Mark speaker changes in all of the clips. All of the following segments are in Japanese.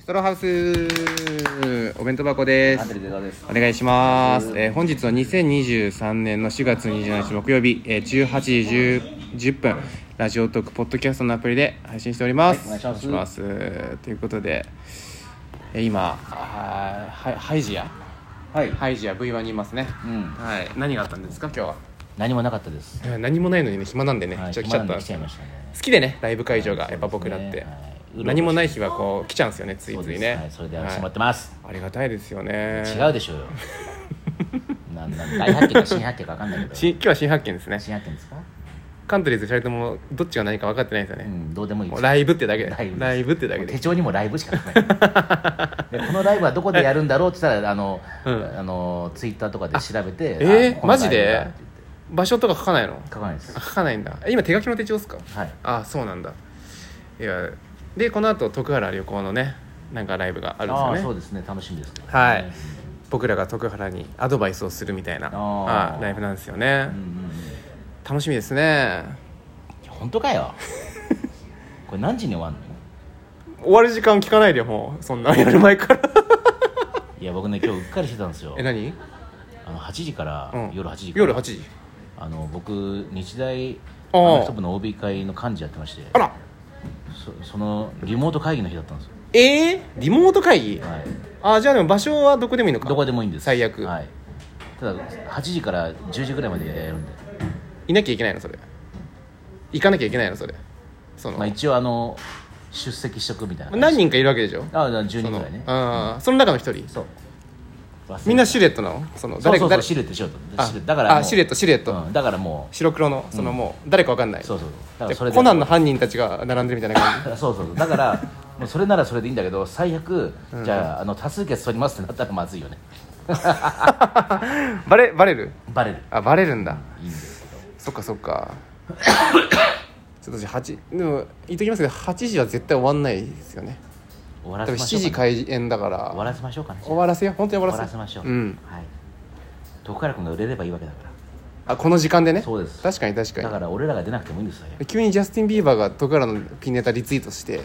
Speaker 1: ストローハウスお弁当箱です
Speaker 2: データです
Speaker 1: お願いします、えー本日は2023年の4月27日木曜日、えー18時 10, 10分ラジオトークポッドキャストのアプリで配信しております、
Speaker 2: はいお願いし
Speaker 1: お願いしま
Speaker 2: ま
Speaker 1: すということで、えー今あーハイハイジア
Speaker 2: はい
Speaker 1: ハイジア V1 にいますね、
Speaker 2: うん
Speaker 1: はい何があったんですか今日は
Speaker 2: 何もなかったです
Speaker 1: えー何もないのにね暇なんでね、
Speaker 2: はい
Speaker 1: ちょ
Speaker 2: 暇なんで
Speaker 1: 来
Speaker 2: 来ち
Speaker 1: ち
Speaker 2: ゃ
Speaker 1: ゃった
Speaker 2: いま
Speaker 1: 好
Speaker 2: したね
Speaker 1: きでねライブ会場
Speaker 2: は
Speaker 1: が
Speaker 2: い
Speaker 1: やっぱ僕らって、
Speaker 2: そうですねはいうろうろ
Speaker 1: 何もない日はこう来ちゃうんですよねついついね、
Speaker 2: はいそれで集まってます
Speaker 1: はいありがたいですよね
Speaker 2: 違うで しょうよなんなん大発見か新発見か分かんないけど
Speaker 1: し
Speaker 2: 新
Speaker 1: 今日は新発見ですね
Speaker 2: 発見ですか
Speaker 1: カントリーズ2人ともどっちが何か分かってないですよ
Speaker 2: う
Speaker 1: ね、
Speaker 2: んどうでもいいで
Speaker 1: もう
Speaker 2: す
Speaker 1: ライブってだけで
Speaker 2: ライブです
Speaker 1: ライブってだけ
Speaker 2: 手
Speaker 1: で
Speaker 2: 帳にもライブしか書かないでこのライブはどこでやるんだろうって言ったらあの、
Speaker 1: うん
Speaker 2: あのツイッターとかで調べて
Speaker 1: えー
Speaker 2: あこの
Speaker 1: マジで
Speaker 2: ライブだって言って
Speaker 1: 場所とか書かないの
Speaker 2: 書かないです
Speaker 1: あ書かないんだえ今手書きの手帳ですか
Speaker 2: はい
Speaker 1: ああそうなんだいやでこの後徳原旅行のねなんかライブがあるんですよ
Speaker 2: あ
Speaker 1: ね
Speaker 2: ーそうですね楽しみですね
Speaker 1: はい僕らが徳原にアドバイスをするみたいな
Speaker 2: あ
Speaker 1: あ
Speaker 2: ー
Speaker 1: ライブなんですよね、
Speaker 2: うんうんうん
Speaker 1: 楽しみですね
Speaker 2: 本当 かよこれ何時に終わんの
Speaker 1: 終わる時間聞かないでよもうそんな やる前から
Speaker 2: いや僕ね今日うっかりしてたんですよ
Speaker 1: え何、
Speaker 2: あの8時から、
Speaker 1: うん、
Speaker 2: 夜8時から
Speaker 1: 夜8時
Speaker 2: あの僕日大
Speaker 1: あー
Speaker 2: アメフト部の OB 会の幹事やってまして
Speaker 1: あら
Speaker 2: そそのリモート会議の日だったんですよ、
Speaker 1: えー、リモート会議
Speaker 2: はい、
Speaker 1: あーじゃあでも場所はどこでもいいのか
Speaker 2: どこでもいいんです
Speaker 1: 最悪、
Speaker 2: はい、ただ8時から10時ぐらいまでやるんで、
Speaker 1: い、なきゃいけないのそれ行かなきゃいけないのそれその、
Speaker 2: まあ、一応あの出席しとくみたいな
Speaker 1: 何人
Speaker 2: 人
Speaker 1: かいるわけでしょ
Speaker 2: ああ10
Speaker 1: そ
Speaker 2: 人ぐ
Speaker 1: の
Speaker 2: らいね
Speaker 1: あーその中の一人
Speaker 2: そう忘れて
Speaker 1: みんなシルエットなのその
Speaker 2: そうそうそう
Speaker 1: 誰
Speaker 2: シルエットシルエット
Speaker 1: あ
Speaker 2: シルエットだからもう
Speaker 1: あシルエットシルエット、
Speaker 2: うんだからもう
Speaker 1: 白黒のそのもう、誰かわかんない
Speaker 2: そうそうだ
Speaker 1: じ
Speaker 2: から
Speaker 1: ゃ
Speaker 2: そ
Speaker 1: あ
Speaker 2: れで
Speaker 1: コナンの犯人たちが並んでるみたいな感
Speaker 2: そうそうそうだからもうそれならそれでいいんだけど最悪じゃああの多数決取りますってなったらまずいよね
Speaker 1: じ バレバレる
Speaker 2: バレる
Speaker 1: あバレるんだ
Speaker 2: いいんです
Speaker 1: そっかそっか ちょっと私8でも言っときますけど8時は絶対終わんないですよね
Speaker 2: 終わ
Speaker 1: 多
Speaker 2: らせ
Speaker 1: 分
Speaker 2: まし
Speaker 1: 7
Speaker 2: ょう
Speaker 1: 時
Speaker 2: かね
Speaker 1: 開演だから
Speaker 2: 終わらせましょうかね
Speaker 1: 終わらせよう本当に終わ
Speaker 2: 終わ
Speaker 1: ら
Speaker 2: ら
Speaker 1: せ
Speaker 2: せましょう
Speaker 1: うん
Speaker 2: はい徳原君が売れればいいわけだから
Speaker 1: あこの時間でね
Speaker 2: そうです
Speaker 1: 確かに確かに
Speaker 2: だから俺らが出なくてもいいんですよ
Speaker 1: 急にジャスティン・ビーバーが徳原のピンネタリツイートして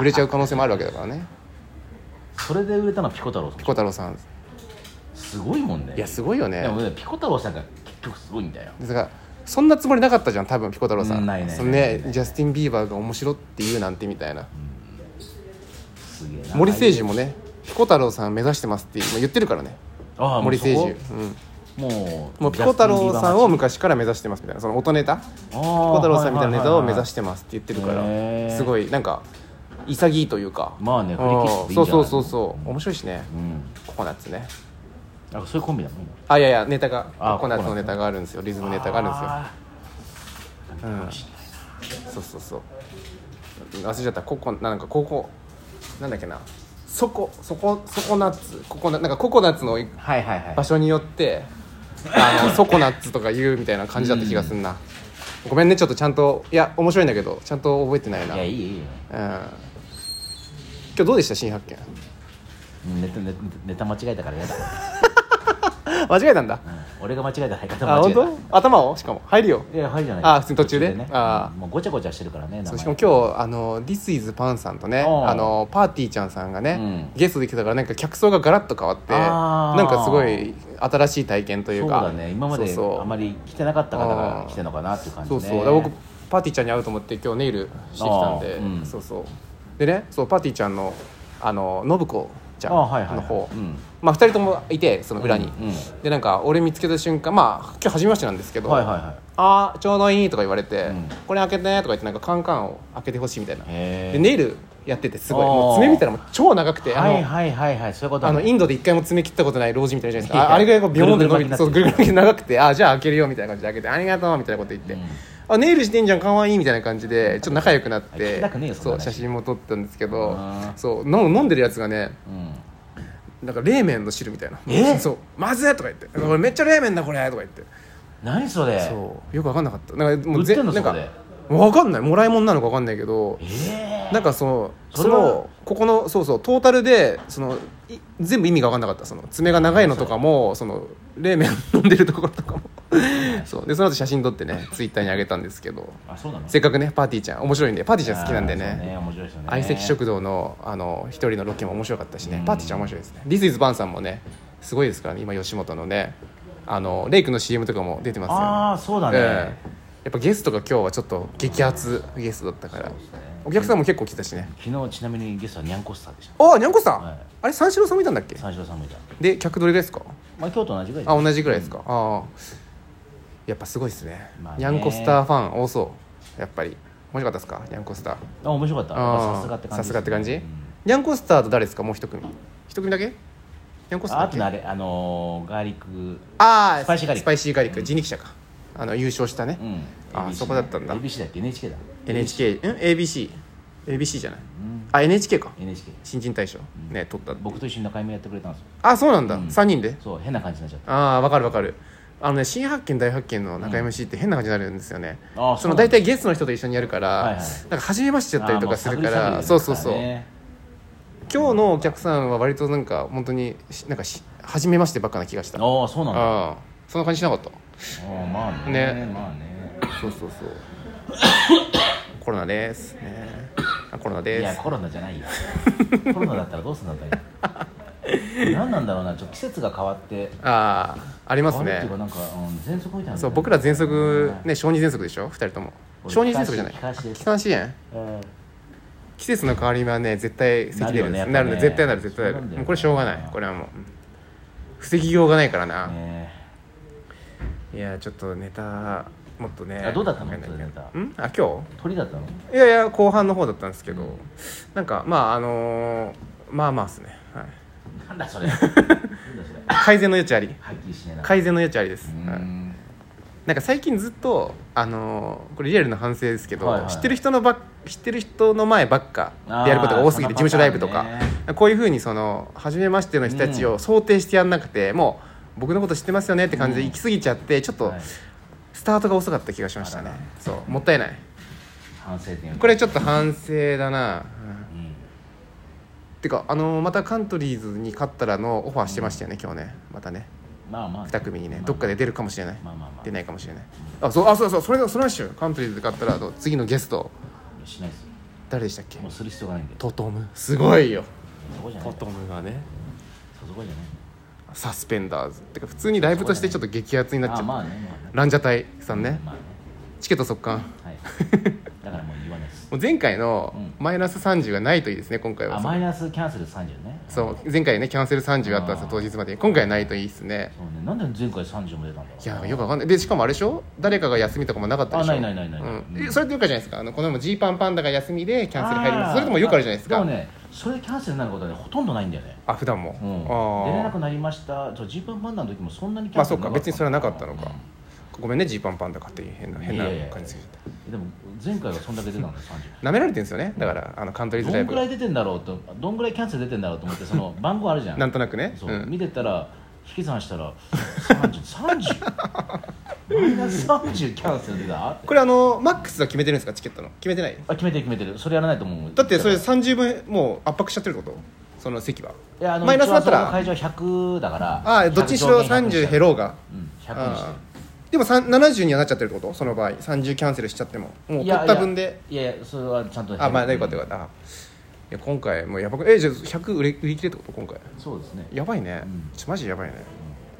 Speaker 1: 売れちゃう可能性もあるわけだからね
Speaker 2: それで売れたのはピコ太郎さん
Speaker 1: ピコ太郎さん
Speaker 2: すごいもんね
Speaker 1: いやすごいよ
Speaker 2: で
Speaker 1: ね
Speaker 2: もねピコ太郎さんが結局すごいんだよ
Speaker 1: ですがそんなつもりなかったじゃん多分ピコ太郎さ
Speaker 2: うん
Speaker 1: ん
Speaker 2: ないね
Speaker 1: その
Speaker 2: ない
Speaker 1: ね
Speaker 2: ね
Speaker 1: ジャスティン・ビーバーが面白って言うなんてみたいな
Speaker 2: すげえな
Speaker 1: 森誠司もねピコ太郎さん目指してますって言ってるからね
Speaker 2: ああ
Speaker 1: 森誠司
Speaker 2: もうそ
Speaker 1: うん
Speaker 2: こもう
Speaker 1: もうピコ太郎さんを
Speaker 2: ピ
Speaker 1: 昔から目指してますみたいなその音ネタピコ
Speaker 2: コ
Speaker 1: 太郎さんみたいなネタを目指しててますって言ってる
Speaker 2: へ
Speaker 1: か
Speaker 2: ー
Speaker 1: らすごいなんか潔いというか
Speaker 2: まあね振り切っていいんじ
Speaker 1: そ
Speaker 2: ゃな
Speaker 1: う
Speaker 2: い
Speaker 1: そうそうそう面白いしね
Speaker 2: うん
Speaker 1: ココナッツね
Speaker 2: あそういうコンビなの
Speaker 1: あいやいやネタが
Speaker 2: あ
Speaker 1: ココナッツ
Speaker 2: ココ
Speaker 1: の
Speaker 2: ナッツ
Speaker 1: ネタがあるんですよリズムネタがあ
Speaker 2: るんですよ、うん、
Speaker 1: るんですよそうそうそう忘れちゃったココなんかここなんだっけなそこそこそこナッツココナなんかココナッツの
Speaker 2: はいはいはい
Speaker 1: 場所によってあ のソコナッツとか言うみたいな感じだった気がすんな、ごめんねちょっとちゃんといや面白いんだけどちゃんと覚えてないない
Speaker 2: やいいよいいよ
Speaker 1: うん今日どうでした新発見
Speaker 2: うんネタネタネタ間違えたからやだ、
Speaker 1: 間違えたんだ
Speaker 2: うん俺が間違えた入り方
Speaker 1: あ
Speaker 2: 間違
Speaker 1: 本
Speaker 2: えた
Speaker 1: 当頭をしかも入るよ
Speaker 2: いや入るじゃない
Speaker 1: あ普通に途中であ
Speaker 2: もうごちゃごちゃしてるからね名
Speaker 1: そ
Speaker 2: 前
Speaker 1: うしかも今日あの This is パンさんとね
Speaker 2: おう
Speaker 1: あのパーティーちゃんさんがね、
Speaker 2: う
Speaker 1: ゲストで来てたからなんか客層がガラッと変わって
Speaker 2: あー
Speaker 1: なんかすごい新しい体験というか
Speaker 2: そうだね今まで
Speaker 1: そうそう
Speaker 2: あまり来てなかった方が
Speaker 1: うん
Speaker 2: 来てるのかなっていう感じ
Speaker 1: そ
Speaker 2: ね
Speaker 1: うそうだから僕パーティーちゃんに会うと思って今日ネイルしてきたんで、
Speaker 2: あーうん
Speaker 1: そうそうでねそうパーティーちゃんのあの信子ちゃん
Speaker 2: あーはいはい
Speaker 1: の方
Speaker 2: うん
Speaker 1: まあ2人ともいてその裏に、
Speaker 2: うんうん
Speaker 1: でなんか俺見つけた瞬間まあ今日初めましてなんですけど「
Speaker 2: はいはいはい
Speaker 1: ああちょうどいい」とか言われて、
Speaker 2: うん
Speaker 1: これ開けて」とか言ってなんかカンカンを開けてほしいみたいな
Speaker 2: へー
Speaker 1: でネイルやっててすごい
Speaker 2: あー
Speaker 1: もう爪見たらもう超長くて、あ
Speaker 2: は
Speaker 1: の
Speaker 2: いはいはいはいそういうこと
Speaker 1: あのインドで一回も爪切ったことない老人みたいなじゃないですかああれぐらいこうビヨーンって伸びてそう
Speaker 2: ぐ
Speaker 1: ぐ
Speaker 2: る
Speaker 1: るぐる長くてあじゃあ開けるよみたいな感じで開けてありがとうみたいなこと言って、
Speaker 2: うん
Speaker 1: あネイルしてんじゃんかわいいみたいな感じでちょっと仲良くなっ
Speaker 2: 聞き
Speaker 1: て
Speaker 2: たくねえよそん
Speaker 1: そ
Speaker 2: な
Speaker 1: う
Speaker 2: 話
Speaker 1: 写真も撮ったんですけど
Speaker 2: あー
Speaker 1: そうの飲んでるやつがね
Speaker 2: うん
Speaker 1: なんか冷麺の汁みたいな
Speaker 2: え
Speaker 1: そうまずいとか言って「これめっちゃ冷麺だこれ」とか言って
Speaker 2: 何それ
Speaker 1: そうよく分かんなかったなんかも
Speaker 2: 売ってんの
Speaker 1: なん
Speaker 2: そ
Speaker 1: か
Speaker 2: こで
Speaker 1: 分かんないもらい物なのか分かんないけど
Speaker 2: ええ
Speaker 1: なんかその
Speaker 2: そ
Speaker 1: そ
Speaker 2: れは
Speaker 1: のここのそうそうトータルでその い全部意味が分かんなかったその爪が長いのとかもその冷麺飲んでるところとかもそうでその後写真撮ってねツイッターにあげたんですけど
Speaker 2: あそうなの
Speaker 1: せっかくねパーティーちゃん面白いんでパーティーちゃん好きなんで
Speaker 2: あーそう
Speaker 1: ね
Speaker 2: 面白いですよね
Speaker 1: 相席食堂のあの一人のロケも面白かったしね、
Speaker 2: うん
Speaker 1: パーティーちゃん面白いですね「This is バンさんもねすごいですからね今吉本のねあのレイクの CM とかも出てますよ、ね、
Speaker 2: ああそうだね、
Speaker 1: ええやっぱゲストが今日はちょっと激アツゲストだったから、
Speaker 2: そうですね
Speaker 1: お客さんも結構来たしね
Speaker 2: 昨日ちなみにゲストはニャンコスターでした
Speaker 1: ああにゃんこさん、
Speaker 2: はい
Speaker 1: あれ三四郎さんもいたんだっけ
Speaker 2: 三四郎さんもいた
Speaker 1: で客どれぐらいですか
Speaker 2: まあ今日と同じぐらい
Speaker 1: あ同じぐらいですか、ああやっぱすごいですね,、
Speaker 2: まあね
Speaker 1: にゃんこスターファン多そうやっぱり面白かったですかにゃんこスター
Speaker 2: あ面白かったやっぱさすがって感じ
Speaker 1: さすがって感じ、
Speaker 2: うん
Speaker 1: にゃんこスターと誰ですかもう一組一組だけにゃんこスター
Speaker 2: あ
Speaker 1: だ
Speaker 2: あ
Speaker 1: っ
Speaker 2: と
Speaker 1: け
Speaker 2: のあれあのーガーリック
Speaker 1: ああ
Speaker 2: スパイシーガーリ
Speaker 1: ス
Speaker 2: ック
Speaker 1: パイシーガーリック人力車かあの優勝したね、
Speaker 2: うん
Speaker 1: あ
Speaker 2: ABC
Speaker 1: そこだったんだ
Speaker 2: ABC だっけ NHK だ
Speaker 1: NHK ん ABC ABC じゃない、
Speaker 2: ん
Speaker 1: あ NHK か
Speaker 2: NHK
Speaker 1: 新人大賞ね取った
Speaker 2: 僕と一緒に中居もやってくれたんですよ
Speaker 1: あそうなんだ、
Speaker 2: うん
Speaker 1: 3人で
Speaker 2: そう変な感じになっちゃった
Speaker 1: ああわかるわかるあのね新発見大発見の中 MC って変な感じになるんですよね、
Speaker 2: あー
Speaker 1: そ
Speaker 2: そうな
Speaker 1: の
Speaker 2: んだ
Speaker 1: 大体ゲストの人と一緒にやるから、
Speaker 2: はいはい
Speaker 1: なんか初めましてだったりとかするか
Speaker 2: あー
Speaker 1: ら
Speaker 2: も
Speaker 1: そう
Speaker 2: 探り探り
Speaker 1: そうそう、
Speaker 2: ね
Speaker 1: 今日のお客さんは割となんか本当にしなんかし初めましてばっかな気がしたあ
Speaker 2: ああそうなんだあ
Speaker 1: あそんな感じしなかった
Speaker 2: あまあね
Speaker 1: ね
Speaker 2: まあね
Speaker 1: そうそうそう コロナですねあコロナ
Speaker 2: い
Speaker 1: で
Speaker 2: や
Speaker 1: す
Speaker 2: コロナじゃな いよコロナだったらどうするんだったら何なんだろうなちょっと季節が変わって
Speaker 1: あああります
Speaker 2: 変わるってい
Speaker 1: ね
Speaker 2: うかなんか、うん、喘息みたいなの
Speaker 1: そう僕ら喘息ね小児喘息でしょ2人とも
Speaker 2: 俺
Speaker 1: 小児喘息じゃない
Speaker 2: 気管支です
Speaker 1: 気管支炎
Speaker 2: うん
Speaker 1: 季節の変わり目はね絶対咳出るんですなるね
Speaker 2: なるよねやっぱね
Speaker 1: 絶対なる絶対な
Speaker 2: そうな
Speaker 1: る
Speaker 2: んだよ
Speaker 1: もうこれしょうがないこれはもううん防ぎようがないからな、
Speaker 2: ね
Speaker 1: いやちょっとネタもっとね
Speaker 2: あどうだったの
Speaker 1: 考えなきゃ
Speaker 2: ネタ
Speaker 1: うんあ今
Speaker 2: 鳥だったの
Speaker 1: 日いやいや後半の方だったんですけど、
Speaker 2: うん
Speaker 1: なんかまああのーまあまあっすね、はい、
Speaker 2: なんだ それなんだそれ
Speaker 1: 改善の余地あり
Speaker 2: はっきりしねえな
Speaker 1: 改善の余地ありです、
Speaker 2: う
Speaker 1: はい
Speaker 2: ん
Speaker 1: なんか最近ずっとあのーこれリアルな反省ですけど、
Speaker 2: はいはい
Speaker 1: 知ってる人のばっ知ってる人の前ばっかでやることが多すぎて事
Speaker 2: あ
Speaker 1: 務
Speaker 2: ー
Speaker 1: 所
Speaker 2: そ
Speaker 1: ラ
Speaker 2: の
Speaker 1: イ
Speaker 2: パ
Speaker 1: ブ
Speaker 2: ターン
Speaker 1: とか、
Speaker 2: ね
Speaker 1: こういうふうにその初めましての人たちを想定してやんなくて、もう僕のこと知ってますよねって感じで
Speaker 2: うん
Speaker 1: 行き過ぎちゃってちょっと
Speaker 2: はい
Speaker 1: スタートが遅かった気がしましたね、
Speaker 2: あらら
Speaker 1: そうもったいない
Speaker 2: 反省点
Speaker 1: これち
Speaker 2: ょっ
Speaker 1: ょっと反省だな、うん
Speaker 2: と、うん
Speaker 1: てかあのーまたカントリーズに勝ったらのオファーしてましたよね今日ねまたね
Speaker 2: まあまあ
Speaker 1: 2組にねどっかで出るかもしれない
Speaker 2: まあまあまあ
Speaker 1: 出ないかもしれないあそうあそうそうそれのその話よカントリーズで買ったらあの次のゲスト
Speaker 2: しないですよ
Speaker 1: 誰でしたっけ
Speaker 2: もうする必要がないんで
Speaker 1: トトムすごいよ
Speaker 2: そこじゃない
Speaker 1: トトムがね
Speaker 2: そこじゃない
Speaker 1: サスペンダーズってか普通にライブとしてちょっと激アツになっちゃ
Speaker 2: あ
Speaker 1: う、
Speaker 2: まあねまあね
Speaker 1: ランジャタイさんね
Speaker 2: まあね
Speaker 1: チケット速乾
Speaker 2: はいだからもう言わな いです
Speaker 1: もう前回の
Speaker 2: うん
Speaker 1: マイナス30がないといいですね今回
Speaker 2: あ
Speaker 1: は
Speaker 2: マイナスキャンセル30ね
Speaker 1: そう前回ねキャンセル30あったんですよ
Speaker 2: あー
Speaker 1: 当日までに今回はないといいですね
Speaker 2: そうねなんで前回30も出たんだろう
Speaker 1: いやよくわかんないでしかもあれでしょ誰かが休みとかもなかったでしょ
Speaker 2: あないないないないない
Speaker 1: うん
Speaker 2: う
Speaker 1: え
Speaker 2: ん
Speaker 1: それってよくあるじゃないですかあのこの前もジーパンパンダが休みでキャンセル入りますそれともよくあるじゃないですか
Speaker 2: あでもねそれでキャンセルになることはねほとんどないんだよね
Speaker 1: あ普段も、
Speaker 2: うん
Speaker 1: あー
Speaker 2: 出れなくなりましたそうジーパンパンダの時もそんなにキ
Speaker 1: まあ
Speaker 2: ャンセ
Speaker 1: そ
Speaker 2: ル
Speaker 1: うか別にそれはなかったのか、ごめんねジーパンパンダ買って変な変ない
Speaker 2: やいや
Speaker 1: 感じで
Speaker 2: うんでも前回はそんだけ出 たんだよ30
Speaker 1: なめられてるんですよねだからあのカントリーズ
Speaker 2: ど
Speaker 1: ライ
Speaker 2: ん
Speaker 1: ブ
Speaker 2: ぐ
Speaker 1: が
Speaker 2: らい出てんだろうとどんぐらいキャンセル出てんだろうと思ってそ の番号あるじゃん
Speaker 1: なんとなくね
Speaker 2: そう、
Speaker 1: うん
Speaker 2: 見てたら引き算したら3030マイナス30キャンセル出た
Speaker 1: これあのマックスは決めてるんですかチケットの決めてない
Speaker 2: あ決めてる決めてるそれやらないと思う
Speaker 1: だってそれ
Speaker 2: い
Speaker 1: 30分もう圧迫しちゃってるってことその席は
Speaker 2: やあの
Speaker 1: マイナスだった
Speaker 2: 一応
Speaker 1: ら
Speaker 2: あそこの会場は100だから
Speaker 1: ああどっちにしろ30減
Speaker 2: ろ
Speaker 1: ろうが
Speaker 2: うん100にして
Speaker 1: あーでもさん70にはなっちゃってるってことその場合30キャンセルしちゃってももう取った分で
Speaker 2: いやいやいやそれはちゃんと減る
Speaker 1: あまあよかったよかったあいや今回もうやばくえじゃあ100売れ売り切れってこと今回
Speaker 2: そうですね
Speaker 1: やばいね、
Speaker 2: うん
Speaker 1: ちょマジやばいね、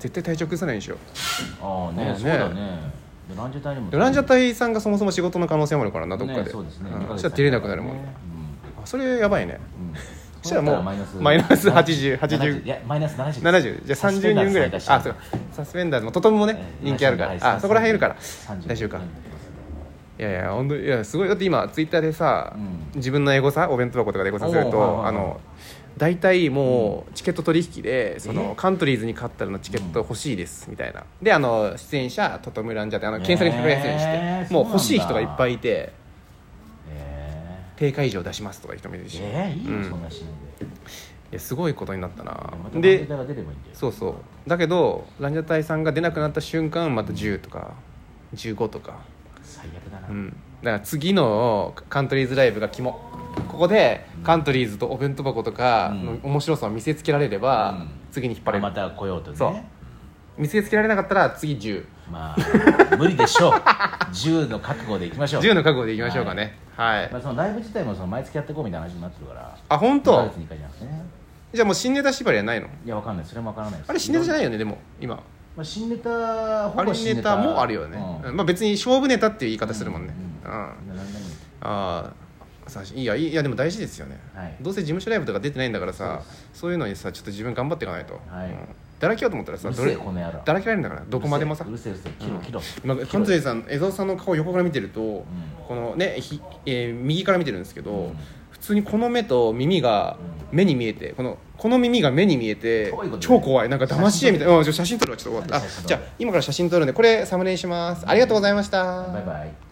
Speaker 1: 絶対体調崩さないようにしよう
Speaker 2: ああね
Speaker 1: ねえ
Speaker 2: そうだねでランジャタイにも
Speaker 1: でランジャタイさんがそもそも仕事の可能性もあるからなどっかで,、
Speaker 2: ねそうですね
Speaker 1: ん
Speaker 2: 二ヶ
Speaker 1: そし
Speaker 2: 月
Speaker 1: たら出れなくなるもん、ね、あそれやばいね
Speaker 2: うんうん
Speaker 1: そしたらもう
Speaker 2: だ
Speaker 1: マイナス80 80
Speaker 2: いやマイナス70
Speaker 1: 70じゃあ30人ぐらいあそうかサスペンダーズもトトムもね人気あるからあそこら辺いるから大丈夫かいやいや本当いやすごいだって今ツイッターでさ、
Speaker 2: うん
Speaker 1: 自分のエゴサお弁当箱とかでエゴサすると、
Speaker 2: おーはいはいはい
Speaker 1: あの大体もうチケット取引でその
Speaker 2: え
Speaker 1: カントリーズに勝ったらのチケット欲しいですみたいなであの出演者トトムランジャタイあの検索にかけやすいようにして、
Speaker 2: えー
Speaker 1: もう
Speaker 2: そうなんだ
Speaker 1: 欲しい人がいっぱいいて
Speaker 2: え
Speaker 1: 低会場出しますとかいう人もいるし、
Speaker 2: えいい
Speaker 1: うん
Speaker 2: よ
Speaker 1: い
Speaker 2: そんなシーンで
Speaker 1: やすごいことになったな
Speaker 2: またランジ
Speaker 1: で
Speaker 2: ャタイが出ればいいんだよ
Speaker 1: そうそうだけどランジャタイさんが出なくなった瞬間また10とか15とか
Speaker 2: 最悪だな
Speaker 1: うんだから次のカントリーズライブが肝ここでカントリーズとお弁当箱とかの面白さを見せつけられれば
Speaker 2: うん
Speaker 1: 次に引っ張れる、
Speaker 2: また来ようとね
Speaker 1: そう見せつけられなかったら次1010
Speaker 2: まあ 無理でしょう10の覚悟でいきましょう
Speaker 1: の覚悟でいきましょうかねはい、
Speaker 2: まあ、そのライブ自体もその毎月やっていこうみたいな話になってるから
Speaker 1: あ本
Speaker 2: 1ヶ
Speaker 1: 当
Speaker 2: 月に1回じゃなくてね
Speaker 1: じゃあもう新ネタ縛りはないの
Speaker 2: いやわかんないそれもわからないです
Speaker 1: あれ新ネタじゃ
Speaker 2: な
Speaker 1: な
Speaker 2: い、
Speaker 1: いよねでも今
Speaker 2: まあ、新ネタほ
Speaker 1: あ
Speaker 2: ぼ
Speaker 1: れ
Speaker 2: 新
Speaker 1: ネタもあるよね、
Speaker 2: うん
Speaker 1: まあ別に勝負ネタっていう言い方するもんねうん、あ
Speaker 2: うん何々
Speaker 1: あさしいやいいいやでも大事ですよね、
Speaker 2: はい
Speaker 1: どうせ事務所ライブとか出てないんだからさ
Speaker 2: そう
Speaker 1: そういうのにさちょっと自分頑張っていかないと、
Speaker 2: はい
Speaker 1: うんだらけようと思ったら
Speaker 2: う
Speaker 1: さ
Speaker 2: る
Speaker 1: ど
Speaker 2: せえ
Speaker 1: れ
Speaker 2: この野郎
Speaker 1: だらけられるんだからどこまでもさ
Speaker 2: うるせえうるせえ切ろ切ろ、
Speaker 1: 今関西さん江澤さんの顔横から見てると、このねひ、えー右から見てるんですけど、
Speaker 2: うん
Speaker 1: 普通にこの目と耳が目に見えてこのこの耳が目に見えて
Speaker 2: どういうこと
Speaker 1: 超怖いなんか騙し絵みたいなうんちょ写真撮るわちょっと終わったあ
Speaker 2: 写真撮
Speaker 1: じゃ
Speaker 2: る
Speaker 1: あ今から写真撮るんでこれサムネにしますありがとうございました
Speaker 2: バイバイ